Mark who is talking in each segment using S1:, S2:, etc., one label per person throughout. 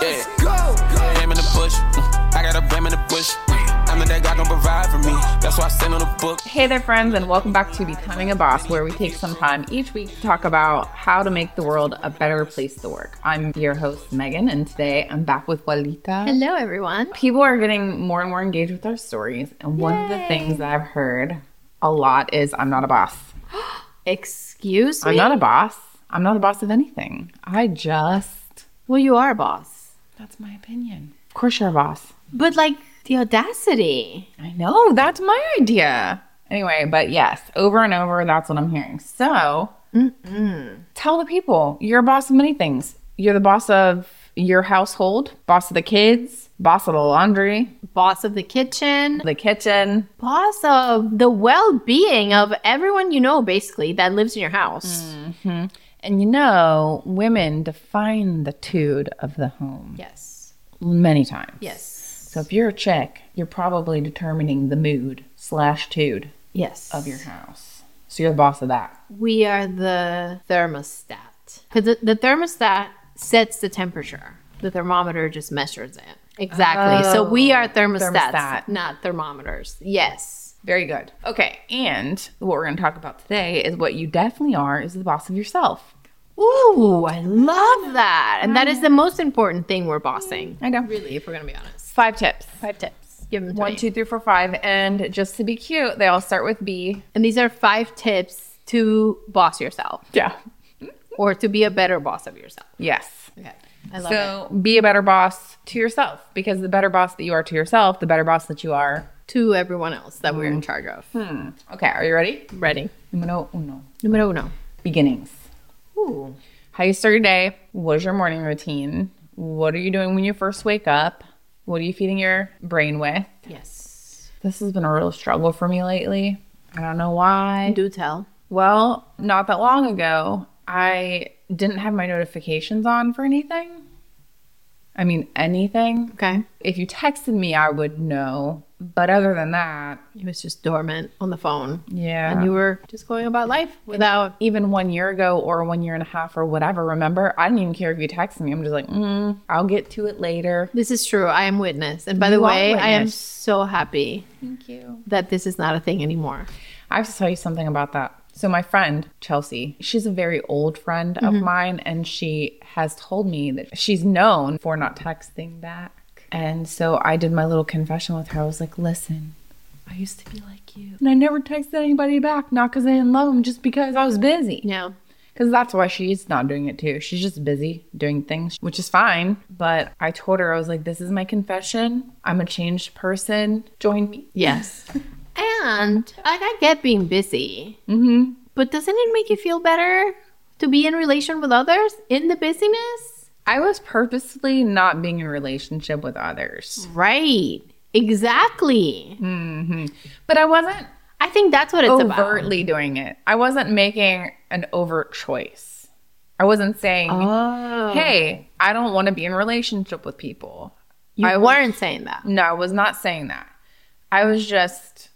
S1: Yeah. Ram in the bush. Mm, I got a ram in the bush. Mm, I know that God gon' provide for me. That's why I stand on the book.
S2: Hey there, friends, and welcome back to Becoming a Boss, where we take some time each week to talk about how to make the world a better place to work. I'm your host, Megan, and today I'm back with Walita.
S3: Hello, everyone.
S2: People are getting more and more engaged with our stories, and one of the things that I've heard a lot is I'm not a boss.
S3: Excuse me.
S2: I'm not a boss. I'm not a boss of anything. I just,
S3: well, you are a boss,
S2: that's my opinion. Of course, you're a boss.
S3: but like the audacity.
S2: I know, that's my idea. Anyway, but yes, over and over, that's what I'm hearing. So tell the people you're a boss of many things. You're the boss of your household, boss of the kids, boss of the laundry,
S3: Boss of the kitchen,
S2: the kitchen.
S3: boss of the well-being of everyone you know, basically that lives in your house.
S2: Mm. And you know, women define the tude of the home
S3: Yes.
S2: many times.
S3: Yes.
S2: So if you're a chick, you're probably determining the mood slash tude
S3: Yes.
S2: of your house. So you're the boss of that.
S3: we are the thermostat because the, the thermostat sets the temperature. The thermometer just measures it. Exactly. so we are thermostats,
S2: Oh, thermostat.
S3: not thermometers. Yes.
S2: Very good. Okay. And what we're going to talk about today is what you definitely are is the boss of yourself.
S3: Ooh, I love that. And that is the most important thing we're bossing.
S2: Um, I know.
S3: Really, if we're going to be honest.
S2: Five tips.
S3: Five tips. Give them to
S2: One,
S3: me.
S2: two, three, four, five. And just to be cute, they all start with B.
S3: And these are five tips to boss yourself
S2: Yeah.
S3: or to be a better boss of yourself.
S2: Yes.
S3: Okay. I love it.
S2: so be a better boss to yourself because the better boss that you are to yourself, the better boss that you are.
S3: To everyone else that we're in charge of.
S2: Hmm. Okay. Are you ready?
S3: Ready.
S2: Numero uno.
S3: Numero uno.
S2: Beginnings.
S3: Ooh.
S2: How you start your day? What is your morning routine? What are you doing when you first wake up? What are you feeding your brain with?
S3: Yes.
S2: This has been a real struggle for me lately. I don't know why.
S3: Do tell.
S2: Well, not that long ago, I didn't have my notifications on for anything. I mean, anything.
S3: Okay.
S2: If you texted me, I would know. But other than that,
S3: It was just dormant on the phone.
S2: yeah.
S3: And you were just going about life without.
S2: even one year ago or one year and a half or whatever, remember? I didn't even care if you texted me. I'm just like, mm, I'll get to it later.
S3: This is true. I am witness. And by the
S2: You are
S3: way, I am
S2: witness.
S3: so happy
S2: Thank you.
S3: that this is not a thing anymore.
S2: I have to tell you something about that. So my friend Chelsea, she's a very old friend of
S3: Mm-hmm.
S2: mine, and she has told me that she's known for not texting back. And so I did my little confession with her. I was like, "Listen, I used to be like you, and I never texted anybody back, not because I didn't love them, just because I was busy.
S3: Yeah.
S2: Because that's why she's not doing it too. She's just busy doing things, which is fine. But I told her I was like, "This is my confession. I'm a changed person. Join me."
S3: Yes. and like, I get being busy,
S2: Mm-hmm.
S3: but doesn't it make you feel better to be in relation with others in the busyness?
S2: I was purposely not being in a relationship with others.
S3: Right. Exactly.
S2: hmm But I wasn't
S3: I think that's what Mm-hmm. it's about.
S2: overtly doing it. I wasn't making an overt choice. I wasn't saying,
S3: Oh.
S2: hey, I don't want to be in a relationship with people.
S3: you
S2: I was-
S3: weren't saying that.
S2: No, I was not saying that. I was just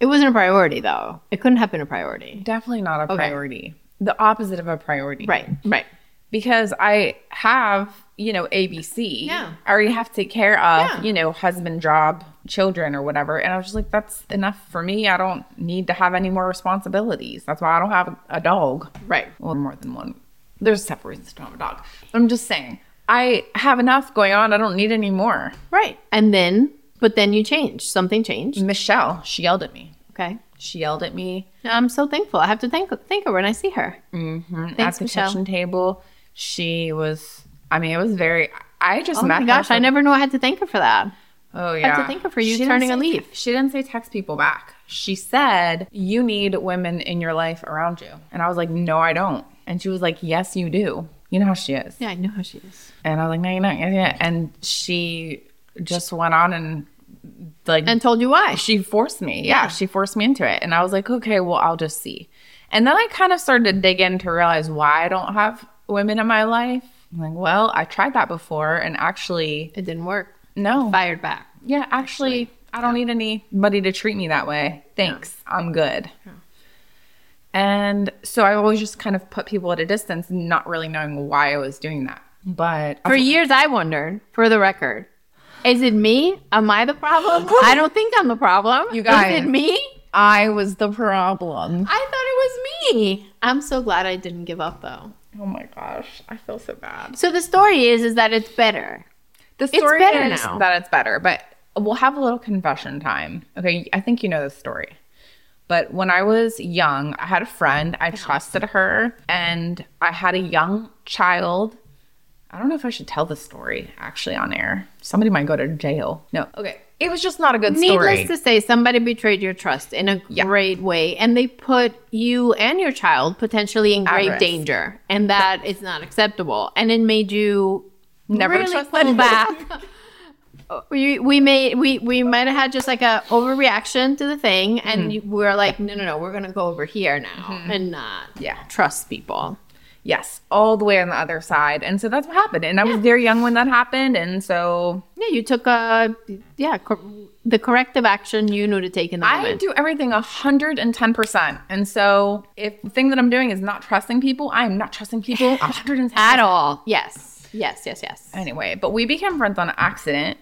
S3: It wasn't a priority, though. It couldn't have been a priority.
S2: definitely not a
S3: Okay.
S2: priority. The opposite of a priority.
S3: Right, right.
S2: because I have, you know, ABC.
S3: Yeah.
S2: I already have to take care of,
S3: Yeah.
S2: you know, husband, job, children, or whatever. And I was just like, that's enough for me. I don't need to have any more responsibilities. That's why I don't have a dog.
S3: Right.
S2: Well, more than one. There's separate reasons to have a dog. I'm just saying, I have enough going on. I don't need any more.
S3: Right. And then, but then you changed. Something changed.
S2: Michelle, she yelled at me.
S3: Okay.
S2: She yelled at me
S3: I'm so thankful. I have to thank thank her when I see her.
S2: mhm, at
S3: Thanks,
S2: the
S3: Michelle.
S2: kitchen table. She was, I mean, it was very, I just
S3: Oh
S2: met
S3: my
S2: her
S3: gosh,
S2: for
S3: I never knew I had to thank her for that.
S2: Oh
S3: to
S2: yeah.
S3: thank her for you
S2: didn't
S3: turning
S2: say
S3: a
S2: te-
S3: leaf.
S2: she didn't say text people back. She said you need women in your life around you, and I was like, no, I don't. And she was like, yes, you do. You know how she is.
S3: Yeah, I know how she is.
S2: And I was like, no, you're not. Yeah, yeah. And she just went on and like
S3: And told you why.
S2: she forced me. Yeah, she forced me into it. And I was like, okay, well, I'll just see. And then I kind of started to dig in to realize why I don't have women in my life. I'm like, well, I tried that before, and actually,
S3: It didn't work.
S2: no.
S3: Fired back.
S2: Yeah, actually, I don't need anybody to treat me that way. Thanks. I'm good. And so I always just kind of put people at a distance, not really knowing why I was doing that. But
S3: For years, I wondered, for the record, is it me? Am I the problem? I don't think I'm the problem.
S2: You guys.
S3: Is it me?
S2: I was the problem.
S3: I thought it was me. I'm so glad I didn't give up though.
S2: Oh my gosh, I feel so bad.
S3: So the story is is that it's better.
S2: The story
S3: better
S2: is
S3: now.
S2: that it's better, but we'll have a little confession time. Okay, I think you know the story. But when I was young, I had a friend, I trusted her, and I had a young child. I don't know if I should tell the story actually on air. Somebody might go to jail. No, okay. It was just not a good story.
S3: Needless to say, somebody betrayed your trust in a
S2: Yeah.
S3: great way and they put you and your child potentially in great
S2: risk.
S3: danger and that is not acceptable and it made you
S2: Never
S3: really
S2: trust
S3: put
S2: them.
S3: back. We, we made we we might have had just like a overreaction to the thing
S2: Mm-hmm.
S3: and you we're like no no no we're gonna go over here now and not
S2: Yeah.
S3: trust people
S2: Yes, all the way on the other side. And so that's what happened. And I was very young when that happened. And so
S3: Yeah, you took a yeah cor- the corrective action you knew to take in the
S2: I
S3: moment.
S2: do everything 110%. And so if the thing that I'm doing is not trusting people, I am not trusting people 110%.
S3: at all. Yes, yes, yes, yes.
S2: Anyway, but we became friends on accident,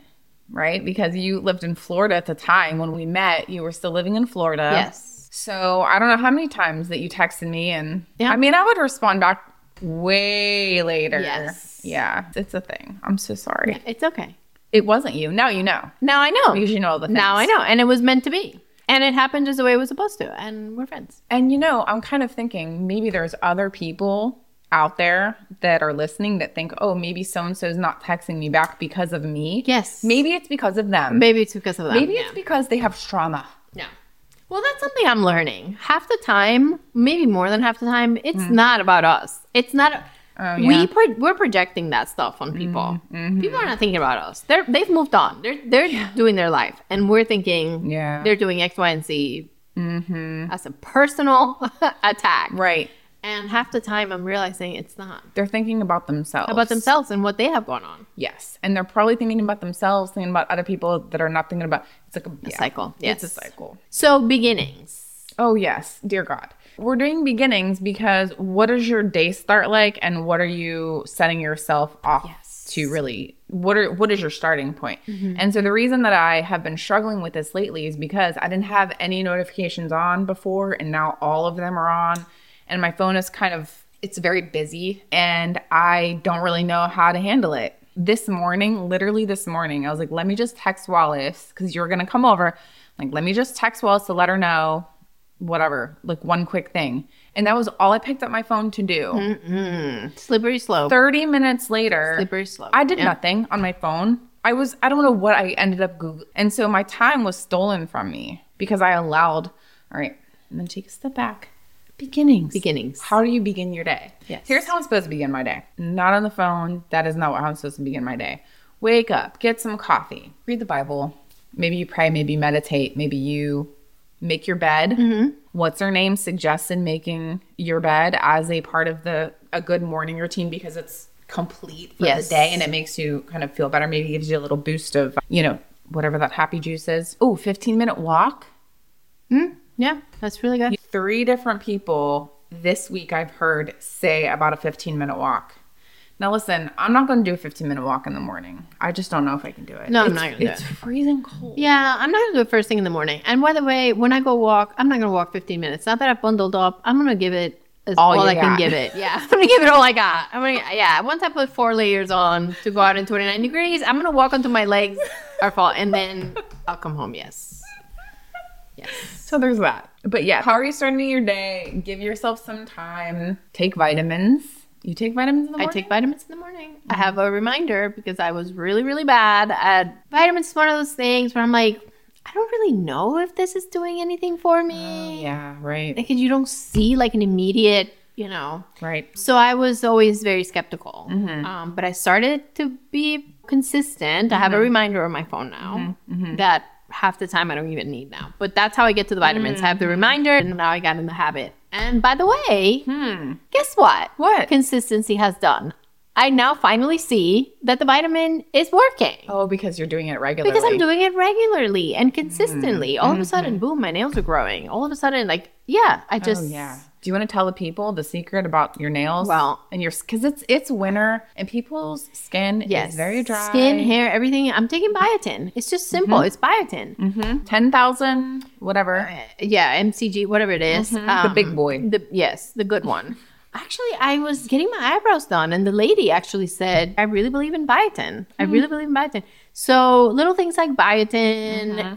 S2: right? Because you lived in Florida at the time when we met. You were still living in Florida.
S3: yes,
S2: So I don't know how many times that you texted me. And
S3: Yeah.
S2: I mean, I would respond back way later.
S3: Yes.
S2: Yeah, it's a thing. I'm so sorry.
S3: it's okay.
S2: It wasn't you. Now you know.
S3: Now I know.
S2: Because you know all the things.
S3: Now I know, and it was meant to be, and it happened just the way it was supposed to, and we're friends.
S2: And you know, I'm kind of thinking maybe there's other people out there that are listening that think, oh, maybe so and so is not texting me back because of me.
S3: Yes.
S2: Maybe it's because of them.
S3: Maybe it's because of that.
S2: Maybe
S3: yeah.
S2: it's because they have trauma.
S3: No. Well, that's something I'm learning. Half the time, maybe more than half the time, it's not about us. It's not.
S2: Oh, yeah.
S3: We pro- we're projecting that stuff on people. People are not thinking about us. They're they've moved on. They're they're doing their life, and we're thinking
S2: Yeah.
S3: they're doing X, Y, and Z as a personal attack.
S2: Right.
S3: And half the time, I'm realizing it's not
S2: They're thinking about themselves.
S3: about themselves and what they have going on.
S2: Yes. And they're probably thinking about themselves, thinking about other people that are not thinking about it's like a, yeah.
S3: cycle,
S2: It's a
S3: yes.
S2: cycle.
S3: So beginnings.
S2: Oh yes, dear God. We're doing beginnings because what does your day start like and what are you setting yourself off
S3: Yes.
S2: to really what are what is your starting point? And so the reason that I have been struggling with this lately is because I didn't have any notifications on before and now all of them are on and my phone is kind of it's very busy and I don't really know how to handle it. This morning, literally this morning, I was like, let me just text Wallace because you're gonna come over. Like, let me just text Wallace to let her know whatever, like one quick thing. And that was all I picked up my phone to do.
S3: Mm-hmm. Slippery slope.
S2: 30 minutes later,
S3: Slippery slope,
S2: I did
S3: yeah.
S2: nothing on my phone. I was, I don't know what I ended up Googling. And so my time was stolen from me because I allowed, all right, and then take a step back. Beginnings.
S3: Beginnings.
S2: How do you begin your day?
S3: Yes.
S2: Here's how I'm supposed to begin my day. Not on the phone. That is not how I'm supposed to begin my day. Wake up, get some coffee, read the Bible. Maybe you pray, maybe you meditate, maybe you make your bed.
S3: Mm-hmm.
S2: What's her name suggested making your bed as a part of the a good morning routine because it's complete for
S3: Yes.
S2: the day and it makes you kind of feel better. Maybe gives you a little boost of, you know, whatever that happy juice is. Oh, 15 minute walk
S3: yeah, that's really good.
S2: three different people this week I've heard say about a 15 minute walk. Now listen, I'm not going to do a 15 minute walk in the morning. I just don't know if I can do it.
S3: No, I'm
S2: It's-
S3: not gonna do
S2: It's
S3: it.
S2: freezing cold.
S3: Yeah, I'm not gonna do it first thing in the morning. And by the way, when I go walk, I'm not gonna walk 15 minutes. Not that I've bundled up. I'm gonna give it as
S2: All
S3: all,
S2: you
S3: I can
S2: got.
S3: give it. Yeah, I'm gonna give it all I got. I'm gonna yeah. Once I put four layers on to go out in 29 degrees, I'm gonna walk until my legs are full, and then I'll come home. Yes, yes.
S2: So there's that. But yeah, how are you starting your day? Give yourself some time. Take vitamins. You take vitamins in the
S3: I
S2: morning?
S3: take vitamins in the morning. I have a reminder because I was really, really bad at vitamins. Is one of those things where I'm like, I don't really know if this is doing anything for me.
S2: Yeah, right.
S3: because you don't see like an immediate, you know.
S2: Right.
S3: So I was always very skeptical,
S2: Mm-hmm.
S3: um, but I started to be consistent. I have
S2: Mm-hmm.
S3: a reminder on my phone now that half the time I don't even need now. But that's how I get to the vitamins. I have
S2: Mm.
S3: the reminder, and now I got in the habit. And by the way, guess what?
S2: Hmm. What?
S3: consistency has done? I now finally see that the vitamin is working.
S2: Oh, because you're doing it regularly.
S3: Because I'm doing it
S2: Mm-hmm.
S3: regularly and consistently. All of a sudden, boom, my nails are growing. All of a sudden, like, yeah, I just
S2: Oh, yeah. Do you want to tell the people the secret about your nails?
S3: Well-
S2: and your because it's it's winter and people's skin
S3: Yes.
S2: is very dry.
S3: Skin, hair, everything. I'm taking biotin. It's just simple. It's biotin. Uh,
S2: ten thousand whatever.
S3: Yeah, MCG, whatever it is.
S2: the
S3: Um,
S2: big boy.
S3: The, yes, the good one. Actually, I was getting my eyebrows done, and the lady actually said, I really believe in biotin. I really believe in biotin. So, little things like biotin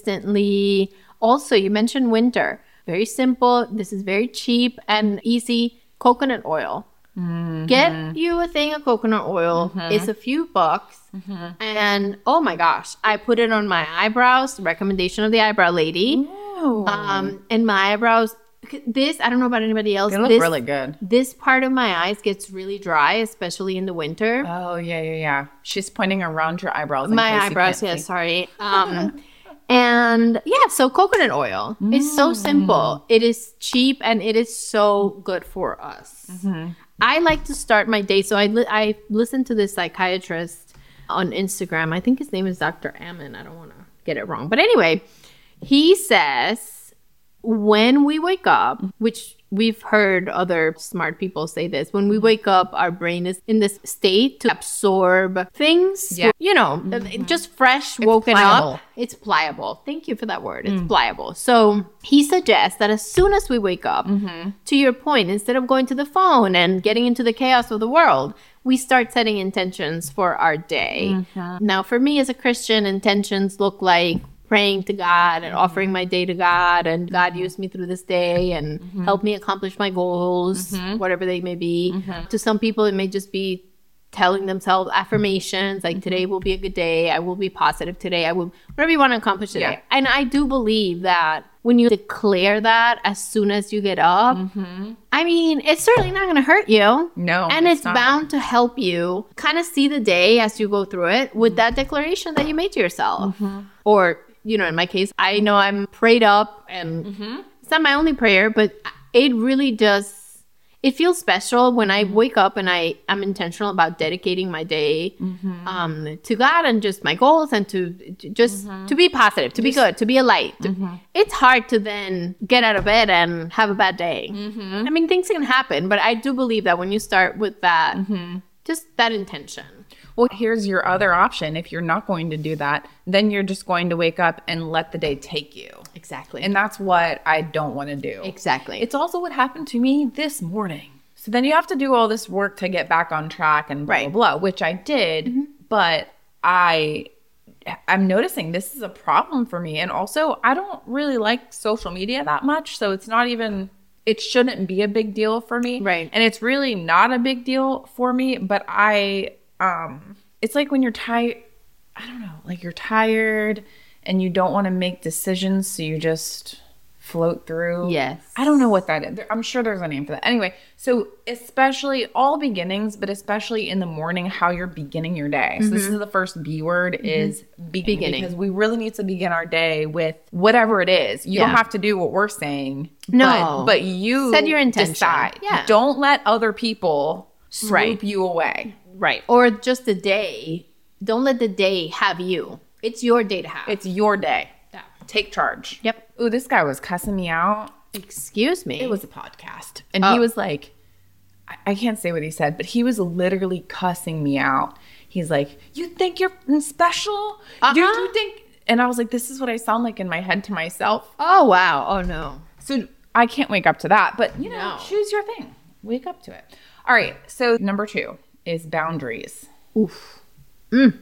S3: consistently. Also, you mentioned winter. Very simple. This is very cheap and easy. Coconut oil. Mm-hmm. Get you a thing of coconut oil. It's a few bucks. And oh my gosh, I put it on my eyebrows, recommendation of the eyebrow lady.
S2: Oh,
S3: Um, and my eyebrows. This I don't know about anybody else.
S2: they look
S3: this,
S2: really good.
S3: This part of my eyes gets really dry, especially in the winter.
S2: Oh yeah, yeah, yeah. She's pointing around your eyebrows. in case
S3: my
S2: you
S3: eyebrows.
S2: can't
S3: Yeah,
S2: see.
S3: sorry. Um, and yeah, so coconut oil. It's
S2: Mm.
S3: so simple. It is cheap and it is so good for us.
S2: Mm-hmm.
S3: I like to start my day. So I li- I listened to this psychiatrist on Instagram. I think his name is Dr. Ammon. I don't want to get it wrong, but anyway, he says when we wake up, which we've heard other smart people say this, when we wake up, our brain is in this state to absorb things.
S2: Yeah.
S3: You know, just fresh woken
S2: pliable.
S3: up. It's pliable. Thank you for that word. It's pliable. So he suggests that as soon as we wake up, to your point, instead of going to the phone and getting into the chaos of the world, we start setting intentions for our day. Now, for me as a Christian, intentions look like praying to God and offering my day to God and God use me through this day and help me accomplish my goals, whatever they may be. To some people, it may just be telling themselves affirmations
S2: Mm-hmm.
S3: like today will be a good day i will be positive today i will whatever you want to accomplish today
S2: Yeah.
S3: and i do believe that when you declare that as soon as you get up i mean it's certainly not going to hurt you
S2: Mm-hmm. No,
S3: and
S2: it's
S3: it's,
S2: not.
S3: bound to help you kind of see the day as you go through it with
S2: Mm-hmm.
S3: that declaration that you made to yourself or you know in my case i know i'm prayed up and
S2: Mm-hmm.
S3: it's not my only prayer but it really does it feels special when I wake up and I am intentional about dedicating my day um, to God and just my goals and to j- just to be positive, to be good, to be a light. It's hard to then get out of bed and have a bad day. I mean, things can happen, but I do believe that when you start with that, just that intention.
S2: Well, here's your other option. If you're not going to do that, then you're just going to wake up and let the day take you.
S3: Exactly.
S2: And that's what I don't want to do.
S3: exactly.
S2: It's also what happened to me this morning. So then you have to do all this work to get back on track and blah,
S3: Right. Mm-hmm.
S2: blah, blah, which I did, but I. I'm noticing this is a problem for me. And also, I don't really like social media that much. So it's not even, it shouldn't be a big deal for me.
S3: Right.
S2: And it's really not a big deal for me. But I, um, it's like when you're tired, I don't know, like you're tired and you don't want to make decisions. So you just float through.
S3: Yes.
S2: I don't know what that is. There- I'm sure there's a name for that. Anyway, so especially all beginnings, but especially in the morning, how you're beginning your day. So this is the first B word is begin,
S3: Mm-hmm. Beginning.
S2: because we really need to begin our day with whatever it is. You
S3: Yeah.
S2: don't have to do what we're saying.
S3: No.
S2: but, but you
S3: Set your intention.
S2: Decide.
S3: Yeah.
S2: Don't let other people swoop
S3: Right.
S2: you away.
S3: right. Or just the day. Don't let the day have you. It's your day to have.
S2: It's your day.
S3: Yeah.
S2: Take charge.
S3: Yep.
S2: Ooh, this guy was cussing me out.
S3: Excuse me.
S2: it was a podcast and
S3: Oh.
S2: he was like I- i can't say what he said but he was literally cussing me out he's like you think you're f***ing special you,
S3: Uh-uh.
S2: you think and i was like this is what i sound like in my head to myself
S3: oh wow. Oh no.
S2: so i can't wake up to that but you know
S3: No.
S2: choose your thing wake up to it all right so number two is boundaries Mm.
S3: Oof.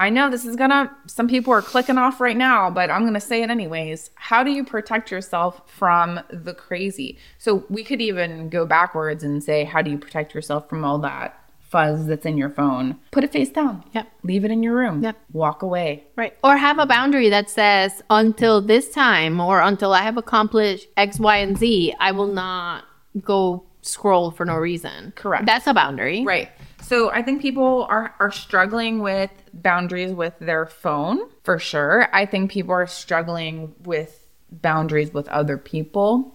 S2: I know this is gonna, some people are clicking off right now, but I'm gonna say it anyways. How do you protect yourself from the crazy? So we could even go backwards and say, how do you protect yourself from all that fuzz that's in your phone? Put it face down.
S3: Yep.
S2: Leave it in your room.
S3: Yep.
S2: Walk away.
S3: Right. Or have a boundary that says, until this time or until I have accomplished X, Y, and Z, I will not go scroll for no reason.
S2: Correct.
S3: That's a boundary.
S2: Right. So I think people are, are struggling with boundaries with their phone for sure. I think people are struggling with boundaries with other people.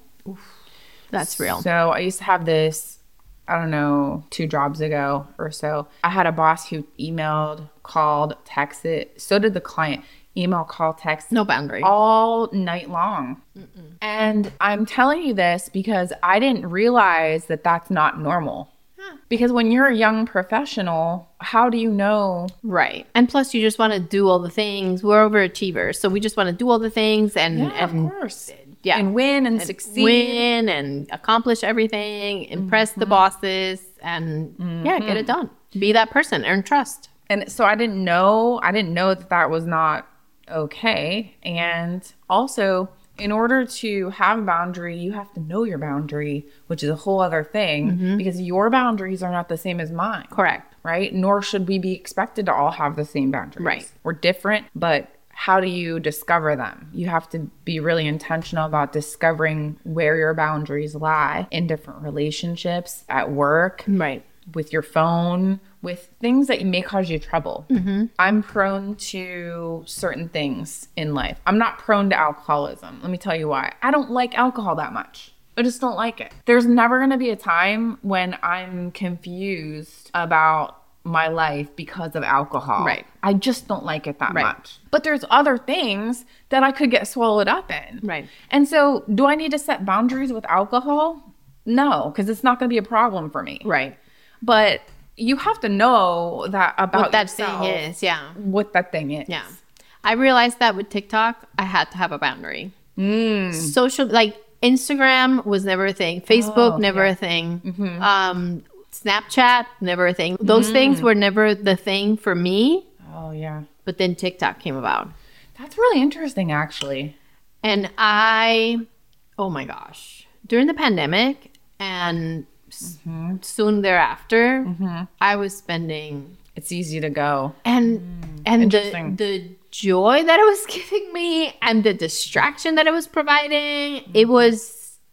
S3: That's real.
S2: So I used to have this I don't know, two jobs ago or so, I had a boss who emailed, called, texted. So did the client. Email, call, text.
S3: No boundary.
S2: All night long. And I'm telling you this because I didn't realize that that's not normal. Because when you're a young professional, how do you know?
S3: Right. And plus, you just want to do all the things. We're overachievers. So we just want to do all the things and, and
S2: course.
S3: yeah.
S2: And win and, succeed. Mm-hmm.
S3: win and accomplish everything, impress the bosses, and yeah, get it done. Be that person, earn trust.
S2: and so i didn't know i didn't know that that was not okay and also in order to have a boundary you have to know your boundary which is a whole other thing because your boundaries are not the same as mine
S3: Correct.
S2: right nor should we be expected to all have the same boundaries
S3: Right.
S2: we're different but how do you discover them you have to be really intentional about discovering where your boundaries lie in different relationships at work
S3: Right.
S2: with your phone, with things that may cause you trouble.
S3: Mm-hmm.
S2: I'm prone to certain things in life. I'm not prone to alcoholism. Let me tell you why. I don't like alcohol that much. I just don't like it. There's never going to be a time when I'm confused about my life because of alcohol.
S3: Right.
S2: I just don't like it that
S3: Right.
S2: much. But there's other things that I could get swallowed up in.
S3: Right.
S2: And so, do I need to set boundaries with alcohol? No, because it's not going to be a problem for me
S3: Right.
S2: but you have to know that about
S3: What Oh, that
S2: yourself,
S3: thing is. Yeah.
S2: what that thing is
S3: Yeah. I realized that with TikTok, I had to have a boundary. Social, like Instagram was never a thing, Facebook,
S2: Oh,
S3: never a thing, um, Snapchat, never a thing. Those things were never the thing for me,
S2: oh yeah
S3: but then TikTok came about.
S2: that's really interesting actually
S3: And I, oh my gosh, during the pandemic and s- soon thereafter, I was spending
S2: it's easy to go
S3: and and
S2: Hmm.
S3: the
S2: Interesting.
S3: the joy that it was giving me and the distraction that it was providing, it
S2: Hmm.
S3: was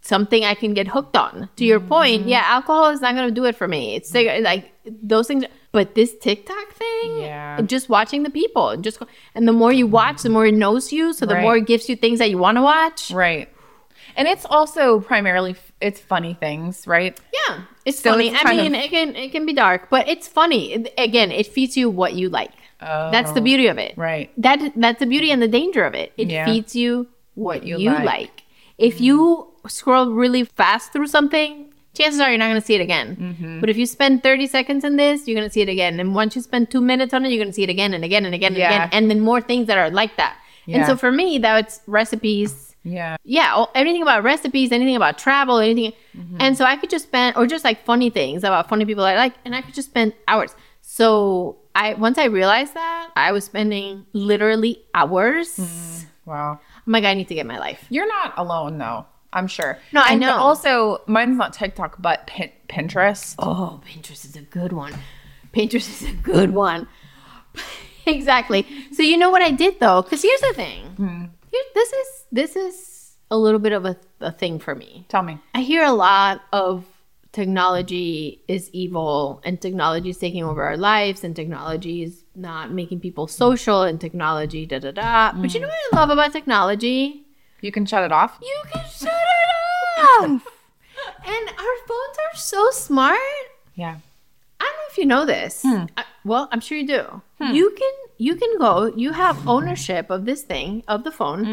S3: something I can get hooked on. To your point,
S2: Hmm.
S3: yeah, alcohol is not going to do it for me. It's like, like those things, but this TikTok thing,
S2: Yeah.
S3: and just watching the people, and just go- and the more you watch, the more it knows you, so the
S2: Right.
S3: more it gives you things that you want to watch.
S2: right and it's also primarily f- it's funny things right
S3: Yeah, it's
S2: So
S3: funny.
S2: it's
S3: I
S2: kind
S3: mean,
S2: of-
S3: it can it can be dark, but it's funny. It- again, it feeds you what you like. That's the
S2: Oh.
S3: beauty of it.
S2: right
S3: That that's the beauty and the danger of it. It
S2: Yeah.
S3: feeds you what you,
S2: you
S3: like.
S2: like.
S3: If you scroll really fast through something, chances are you're not going to see it again.
S2: Mm-hmm.
S3: But if you spend 30 seconds in this, you're going to see it again. And once you spend 2 minutes on it, you're going to see it again and again and again and
S2: Yeah.
S3: again and then more things that are like that. And
S2: Yeah.
S3: so for me, that's recipes,
S2: yeah
S3: yeah, all- anything about recipes, anything about travel, anything. And so I could just spend, or just like funny things about funny people I like, and I could just spend hours. So I once I realized that I was spending literally hours.
S2: wow
S3: I'm like, I need to get my life.
S2: you're not alone though i'm sure
S3: No, I
S2: And
S3: know.
S2: also mine's not tiktok but Pin- pinterest
S3: Oh, Pinterest is a good one. Pinterest is a good one. exactly. So you know what I did though, because here's the thing. Here- this is this is a little bit of a, a thing for me.
S2: tell me
S3: I hear a lot of technology is evil and technology is taking over our lives and technology is not making people social and technology da da da. But you know what I love about technology?
S2: you can shut it off
S3: You can shut it off. and our phones are so smart.
S2: yeah
S3: I don't know if you know this. I- well, I'm sure you do. You can you can go. You have ownership of this thing of the phone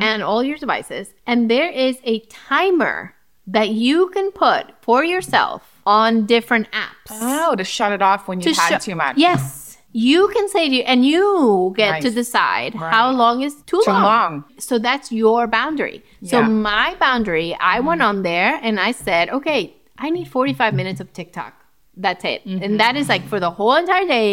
S3: and all your devices, and there is a timer that you can put for yourself on different apps
S2: oh to shut it off when you've had
S3: show-
S2: too much
S3: Yes, you can say to you, and you get to
S2: Right.
S3: decide
S2: Right.
S3: how long is too,
S2: Too
S3: long.
S2: long.
S3: So that's your boundary. So
S2: Yeah. Mm-hmm.
S3: my boundary, I went on there and I said, okay, I need 45 minutes of TikTok. That's it,
S2: Mm-hmm.
S3: and that is like for the whole entire day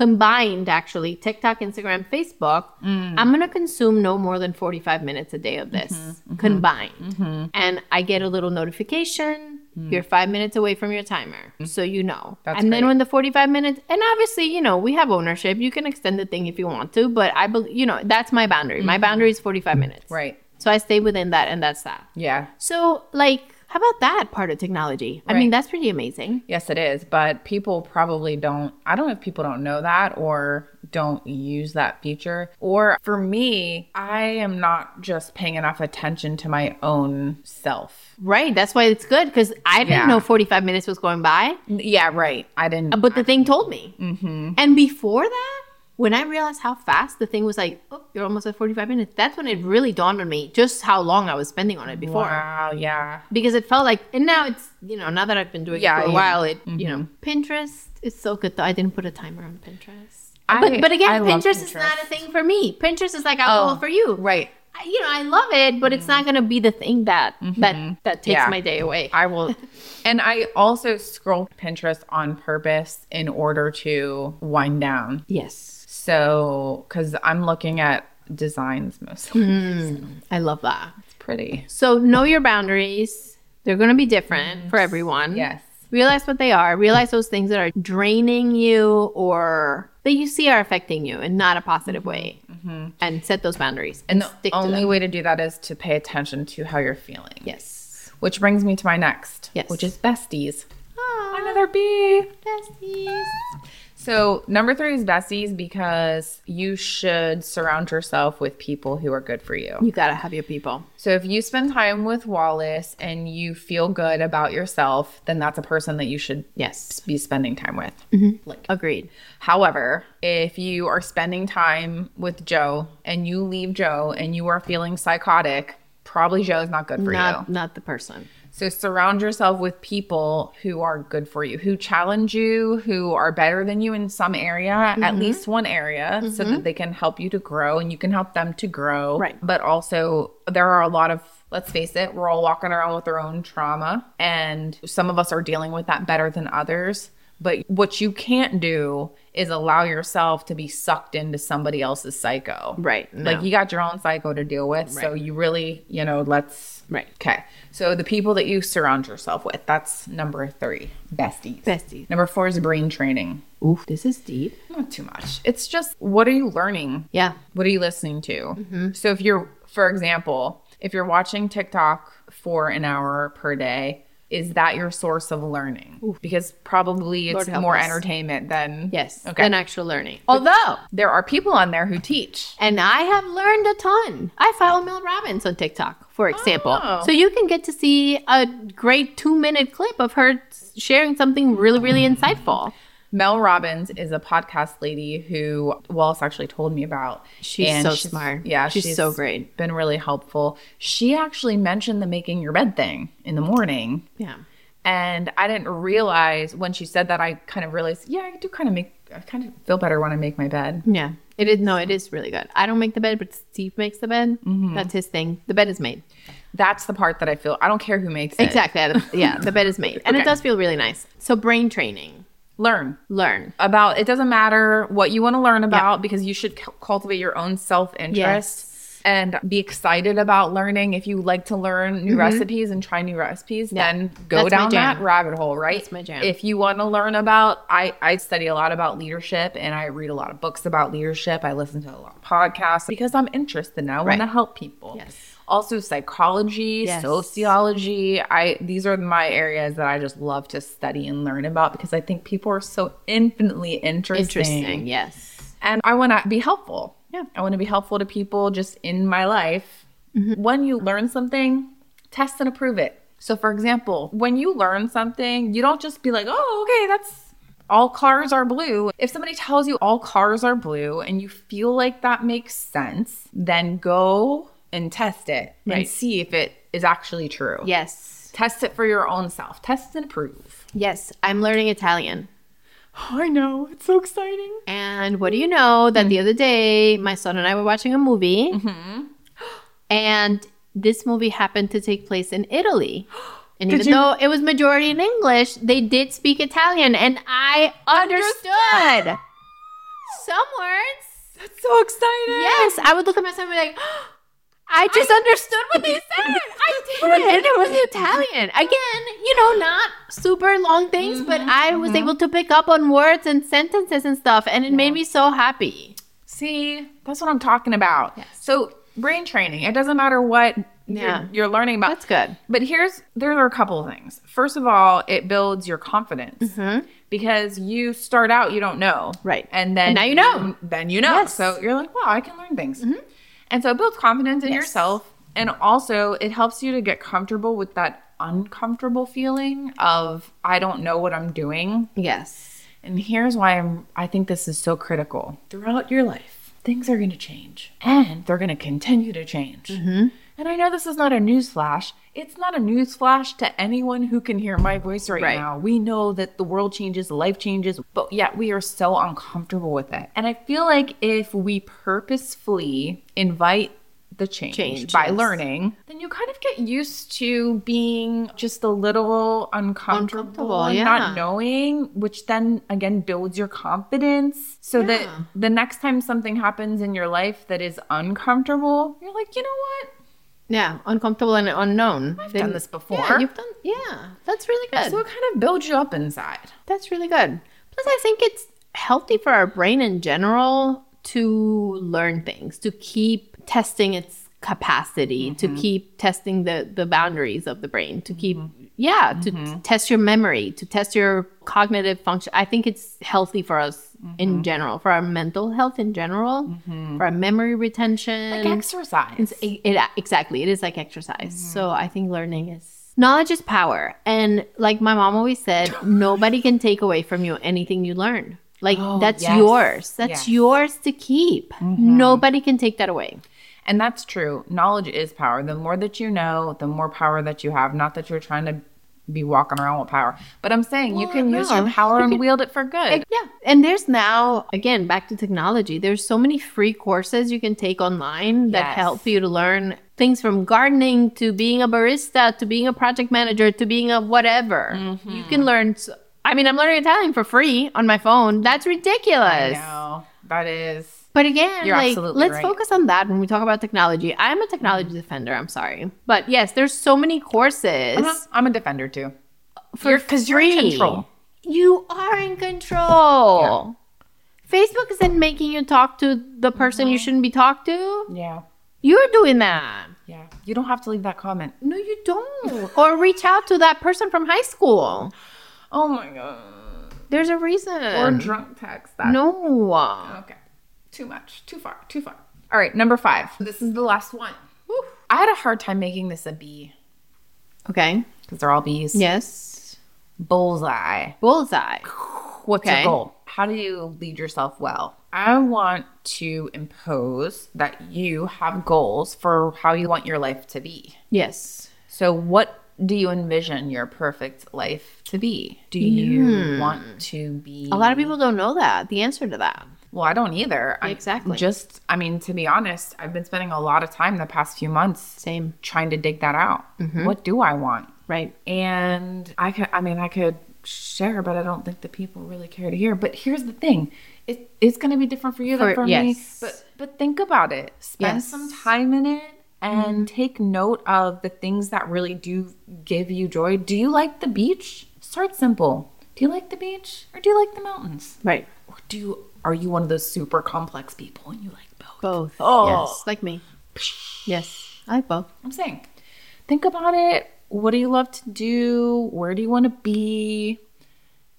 S3: combined. Actually, TikTok, Instagram, Facebook.
S2: Mm.
S3: I'm gonna consume no more than 45 minutes a day of this
S2: Mm-hmm.
S3: combined, and I get a little notification. You're five minutes away from your timer, so you know.
S2: Mm. That's
S3: and then
S2: great.
S3: when the 45 minutes and obviously you know we have ownership you can extend the thing if you want to but i believe you know that's my boundary my boundary is 45 minutes
S2: Mm-hmm. right
S3: so i stay within that and that's that
S2: yeah
S3: so like how about that part of technology i mean
S2: Right.
S3: that's pretty amazing
S2: Yes, it is. But people probably don't. I don't know if people don't know that or don't use that feature. Or for me, I am not just paying enough attention to my own self.
S3: Right. That's why it's good because I didn't
S2: Yeah. Mm-hmm.
S3: know 45 minutes was going by,
S2: Yeah, right. I didn't.
S3: but the thing told me.
S2: Mm-hmm.
S3: And before that, when I realized how fast the thing was like, oh, you're almost at 45 minutes, that's when it really dawned on me just how long I was spending on it before.
S2: Wow. Yeah.
S3: Because it felt like, and now it's, you know, now that I've been doing
S2: Yeah,
S3: it for a
S2: yeah.
S3: while, it, you know, Pinterest is so good though. I didn't put a timer on Pinterest.
S2: I-
S3: but, but
S2: I
S3: again,
S2: love
S3: Pinterest, is not a
S2: Pinterest. Oh,
S3: thing for me. Pinterest is like alcohol for you.
S2: Right.
S3: I- you know, I love it, but it's not gonna be the thing that that that takes
S2: Yeah.
S3: my day away.
S2: I will. and I also scroll Pinterest on purpose in order to wind down.
S3: yes,
S2: So, because I'm looking at designs mostly.
S3: I love that.
S2: It's pretty.
S3: Mm-hmm. So know your boundaries. They're gonna be different for everyone.
S2: Yes.
S3: Realize what they are. Realize those things that are draining you or that you see are affecting you in not a positive way, and set those boundaries
S2: Mm-hmm. And the
S3: stick
S2: only
S3: to them.
S2: way to do that is to pay attention to how you're feeling.
S3: Yes.
S2: Which brings me to my next,
S3: Yes.
S2: which is besties.
S3: Aw,
S2: Another B.
S3: besties.
S2: So, number three is besties because you should surround yourself with people who are good for you.
S3: You gotta have your people.
S2: So, if you spend time with Wallace and you feel good about yourself, then that's a person that you should
S3: Yes.
S2: be spending time with. Like,
S3: Agreed.
S2: However, if you are spending time with Joe and you leave Joe and you are feeling psychotic, probably Joe is not good for
S3: Not
S2: you.
S3: not the person.
S2: So surround yourself with people who are good for you, who challenge you, who are better than you in some area,
S3: Mm-hmm.
S2: at least one area, so that they can help you to grow and you can help them to grow.
S3: Right.
S2: But also, there are a lot of Let's face it, we're all walking around with our own trauma, and some of us are dealing with that better than others. But what you can't do is allow yourself to be sucked into somebody else's psycho.
S3: Right,
S2: Like
S3: no.
S2: you got your own psycho to deal with. So you really, you know, let's
S3: Right.
S2: Okay. So the people that you surround yourself with, that's number three. Besties.
S3: Besties.
S2: Number four is brain training.
S3: Oof, this is deep.
S2: Not too much. It's just what are you learning?
S3: Yeah.
S2: What are you listening to?
S3: Mm-hmm.
S2: So if you're, for example, if you're watching TikTok for an hour per day, is that your source of learning? Because probably
S3: Lord
S2: it's
S3: help
S2: more
S3: us.
S2: entertainment than
S3: Yes.
S2: Okay.
S3: Than actual learning. Although,
S2: there are people on there who teach.
S3: and I have learned a ton. I follow Mel Robbins on TikTok, for example.
S2: Oh.
S3: So you can get to see a great two minute clip of her sharing something really, really insightful.
S2: Mel Robbins is a podcast lady who Wallace actually told me about.
S3: She's so smart.
S2: Yeah,
S3: She's so great.
S2: Been really helpful. She actually mentioned the making your bed thing in the morning.
S3: Yeah.
S2: And I didn't realize when she said that, I kind of realized, yeah, I do kind of make, I kind of feel better when I make my bed.
S3: Yeah. It is, no, it is really good. I don't make the bed, but Steve makes the bed. That's his thing. The bed is made.
S2: That's the part that I feel, I don't care who makes it.
S3: Exactly. yeah. The bed is made. And it
S2: Okay.
S3: does feel really nice. So, brain training,
S2: Learn
S3: learn.
S2: about, it doesn't matter what you want to learn about because you should cu- cultivate your own self interest. and be excited about learning. If you like to learn new recipes and try new recipes,
S3: Mm-hmm. Yeah.
S2: then go
S3: That's my
S2: down
S3: jam.
S2: that rabbit hole, right?
S3: That's my jam.
S2: If you want to learn about, I, I study a lot about leadership and I read a lot of books about leadership. I listen to a lot of podcasts because I'm interested and I
S3: Right.
S2: want to help people.
S3: Yes.
S2: Also psychology,
S3: Yes.
S2: sociology. I these are my areas that I just love to study and learn about because I think people are so infinitely
S3: Interesting. Yes.
S2: and I want to be helpful.
S3: Yeah.
S2: I want to be helpful to people just in my life.
S3: Mm-hmm.
S2: When you learn something, test and approve it. So, for example, when you learn something, you don't just be like, oh, okay, that's all cars are blue. If somebody tells you all cars are blue and you feel like that makes sense, then go and test it
S3: Right.
S2: and see if it is actually true.
S3: Yes.
S2: Test it for your own self. Test and approve.
S3: Yes. I'm learning Italian.
S2: I know. It's so exciting. Mm-hmm.
S3: And what do you know that the other day my son and I were watching a movie, and this movie happened to take place in Italy. And
S2: Did
S3: even
S2: you-
S3: though it was majority in English, they did speak Italian, and I understood some words.
S2: That's so exciting.
S3: Yes, I would look at my son and be like, I just understood what they said. I did. And it was Italian. Again, you know, not super long things, but I was able to pick up on words and sentences and stuff, and it made me so happy.
S2: See, that's what I'm talking about. So brain training. It doesn't matter what
S3: Yeah.
S2: you're, you're learning about.
S3: That's good.
S2: But here's there are a couple of things. First of all, it builds your confidence. because you start out you don't know
S3: Mm-hmm. Right.
S2: and then
S3: And now you know.
S2: then you know
S3: Yes. Mm-hmm.
S2: so you're like wow i can learn things and so it builds confidence in
S3: Yes.
S2: yourself and also it helps you to get comfortable with that uncomfortable feeling of i don't know what i'm doing
S3: Yes.
S2: and here's why I'm, I think this is so critical. Throughout your life, things are going to change and they're going to continue to change. And I know this is not a news flash. It's not a news flash to anyone who can hear my voice right,
S3: Right.
S2: now. We know that the world changes, life changes, but yet we are so uncomfortable with it. And I feel like if we purposefully invite the change,
S3: Change,
S2: by
S3: yes.
S2: learning, then you kind of get used to being just a little uncomfortable,
S3: Uncomfortable,
S2: and
S3: yeah.
S2: not knowing, which then again builds your confidence so that
S3: Yeah.
S2: the next time something happens in your life that is uncomfortable, you're like, you know what?
S3: Yeah. Uncomfortable and unknown. I've
S2: done this before.
S3: Yeah, you've done. Yeah. That's really good.
S2: So it kind of builds you up inside.
S3: That's really good. Plus, I think it's healthy for our brain in general to learn things, to keep testing its capacity, to keep testing the, the boundaries of the brain, to keep, yeah, to t- test your memory, to test your cognitive function. I think it's healthy for us in general, for our mental health in general, for our memory retention.
S2: Like exercise. Mm-hmm.
S3: It's, it, it- exactly. It is like exercise. So I think learning is knowledge is power. And like my mom always said, nobody can take away from you anything you learn. Like
S2: Oh,
S3: that's
S2: yes.
S3: yours. That's
S2: Yes. Mm-hmm.
S3: yours to keep. Nobody can take that away.
S2: And that's true. Knowledge is power. The more that you know, the more power that you have. Not that you're trying to be walking around with power, but I'm saying you
S3: Well,
S2: can use your
S3: no.
S2: power and wield it for good.
S3: Yeah. And there's now, again, back to technology, there's so many free courses you can take online that
S2: Yes.
S3: help you to learn things from gardening to being a barista to being a project manager to being a whatever.
S2: Mm-hmm.
S3: You can learn. s I I mean, I'm learning Italian for free on my phone. That's ridiculous.
S2: No, that is.
S3: But again,
S2: You're
S3: like,
S2: absolutely
S3: let's
S2: right. Mm-hmm.
S3: focus on that when we talk about technology. I'm a technology defender. I'm sorry. But yes, there's so many courses
S2: Uh-huh. I'm a defender too.
S3: for because you're
S2: in control.
S3: You are in control. Facebook isn't making you talk to the person you shouldn't be talked to.
S2: Yeah.
S3: You're doing that.
S2: Yeah. You don't have to leave that comment.
S3: No, you don't. or reach out to that person from high school.
S2: Oh my god.
S3: There's a
S2: Or
S3: reason.
S2: drunk text that.
S3: no.
S2: Okay. Too much. Too far. Too far. All right, number five. This is the last one. I had a hard time making this a B
S3: Okay.
S2: because they're all B's.
S3: Yes.
S2: Bullseye.
S3: Bullseye.
S2: What's
S3: Okay.
S2: your goal? How do you lead yourself well? I want to impose that you have goals for how you want your life to be.
S3: Yes.
S2: So, what do you envision your perfect life to be? Do you want to be
S3: A lot of people don't know that. The answer to that.
S2: Well, I don't either. I
S3: Exactly.
S2: just, I mean, to be honest, I've been spending a lot of time the past few months
S3: Same. Mm-hmm.
S2: trying to dig that out. What do I want?
S3: Right.
S2: And I could, I mean, I could share, but I don't think the people really care to hear. But here's the thing: it, it's going to be different for you than
S3: For-
S2: for me.
S3: yes.
S2: But but think about it. Spend
S3: Yes. Mm-hmm.
S2: some time in it and take note of the things that really do give you joy. Do you like the beach? Start simple. Do you like the beach or do you like the mountains?
S3: Right.
S2: Or do you, are you one of those super complex people and you like both?
S3: Both.
S2: Oh.
S3: Yes. Like me. Yes. I like both.
S2: I'm saying, think about it. What do you love to do? Where do you want to be?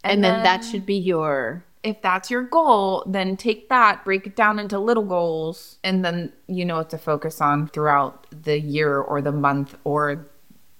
S3: And, then, that should be your
S2: If that's your goal, then take that, break it down into little goals, and then you know what to focus on throughout the year or the month or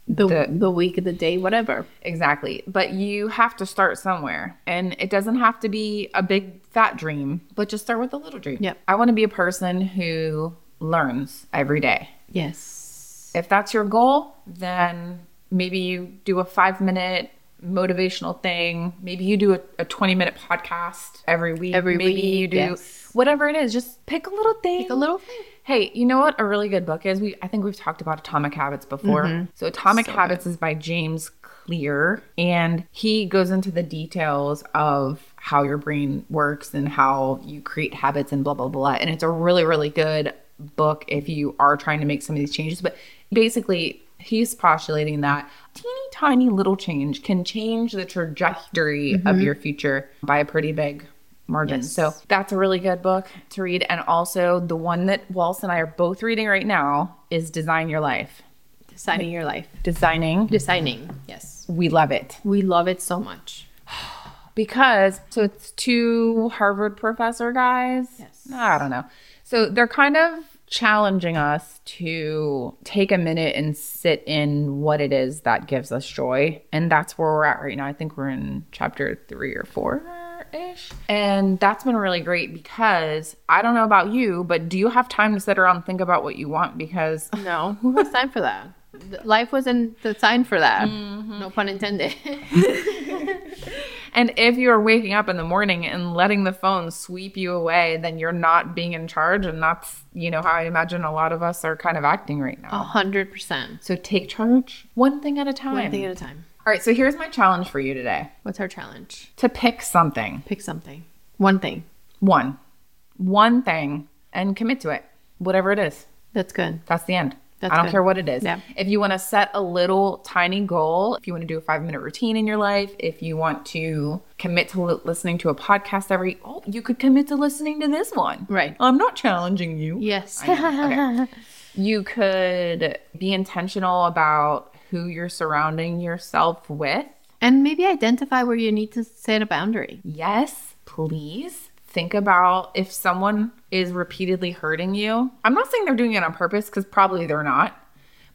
S3: the
S2: The-
S3: the week, the day, whatever.
S2: Exactly. But you have to start somewhere. And it doesn't have to be a big fat dream, but just start with a little dream.
S3: Yep.
S2: I want to be a person who learns every day.
S3: Yes.
S2: If that's your goal, then maybe you do a five minute motivational thing. Maybe you do a, a 20 minute podcast every week.
S3: Every
S2: maybe
S3: week,
S2: you do
S3: yes.
S2: whatever it is. Just pick a little thing. Pick
S3: a little thing.
S2: Hey, you know what a really good book is? We I think we've talked about Atomic Habits before. So Atomic Habits is by James Clear and he goes into the details of how your brain works and how you create habits and blah blah blah. And it's a really really good book if you are trying to make some of these changes, but basically he's postulating that teeny tiny little change can change the trajectory of your future by a pretty big margin. So that's a really good book to read. And also the one that Wallace and I are both reading right now is Design Your Life.
S3: Designing your life.
S2: Designing.
S3: Designing. Yes.
S2: We love it.
S3: We love it so much.
S2: because so it's two Harvard professor guys.
S3: Yes.
S2: I don't know. So they're kind of challenging us to take a minute and sit in what it is that gives us joy. And that's where we're at right now. I think we're in chapter three or four ish. And that's been really great because I don't know about you, but do you have time to sit around and think about what you want? Because
S3: No, who has time for that? Th- Life wasn't designed for that. No pun intended.
S2: And if you're waking up in the morning and letting the phone sweep you away, then you're not being in charge. And that's, you know, how I imagine a lot of us are kind of acting right now.
S3: A hundred percent.
S2: So take charge one thing at a time.
S3: One thing at a time.
S2: All right. So here's my challenge for you today
S3: What's our challenge?
S2: to pick something,
S3: Pick something. One thing.
S2: one, one thing, and commit to it, whatever it is.
S3: That's good.
S2: That's the end.
S3: That's
S2: I don't
S3: good.
S2: care what it is.
S3: Yeah.
S2: If you want to set a little tiny goal, if you want to do a five minute routine in your life, if you want to commit to li- listening to a podcast every, oh, you could commit to listening to this one.
S3: Right.
S2: I'm not challenging you.
S3: Yes.
S2: I know. Okay. you could be intentional about who you're surrounding yourself with.
S3: And maybe identify where you need to set a boundary.
S2: Yes, please. Think about if someone is repeatedly hurting you. I'm not saying they're doing it on purpose because probably they're not,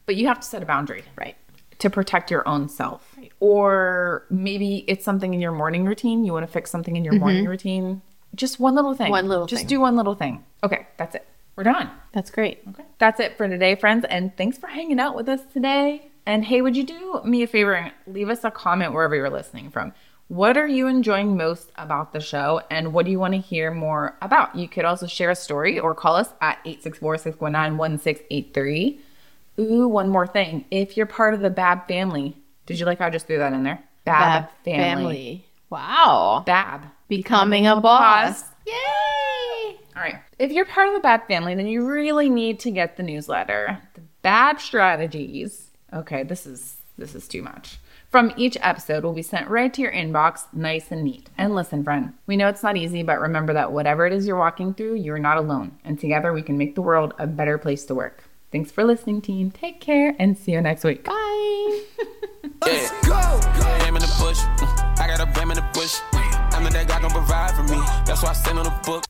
S2: but you have to set a boundary.
S3: Right.
S2: to protect your own self. Or maybe it's something in your morning routine. You want to fix something in your morning routine. Just one little thing.
S3: Mm-hmm. One little
S2: Just
S3: thing.
S2: do one little thing. Okay, that's it. We're done.
S3: That's great.
S2: Okay. That's it for today, friends. And thanks for hanging out with us today. And hey, would you do me a favor and leave us a comment wherever you're listening from? What are you enjoying most about the show? And what do you want to hear more about? You could also share a story or call us at 864 619 1683. Ooh, one more thing. If you're part of the Bab family, did you like how I just threw that in there? Bab,
S3: Bab
S2: family.
S3: Wow.
S2: Bab.
S3: Becoming, a boss.
S2: boss.
S3: Yay.
S2: All right. If you're part of the Bab family, then you really need to get the newsletter, the Bab strategies. Okay, this is this is too much. From each episode will be sent right to your inbox, nice and neat. And listen, friend, we know it's not easy, but remember that whatever it is you're walking through, you're not alone, and together we can make the world a better place to work. Thanks for listening, team. Take care and see you next week.
S3: Bye.
S1: Let's go. Ram in the bush. mm, I got a ram in the bush. mm, I know that God gon' provide for me. That's why I stand on the book.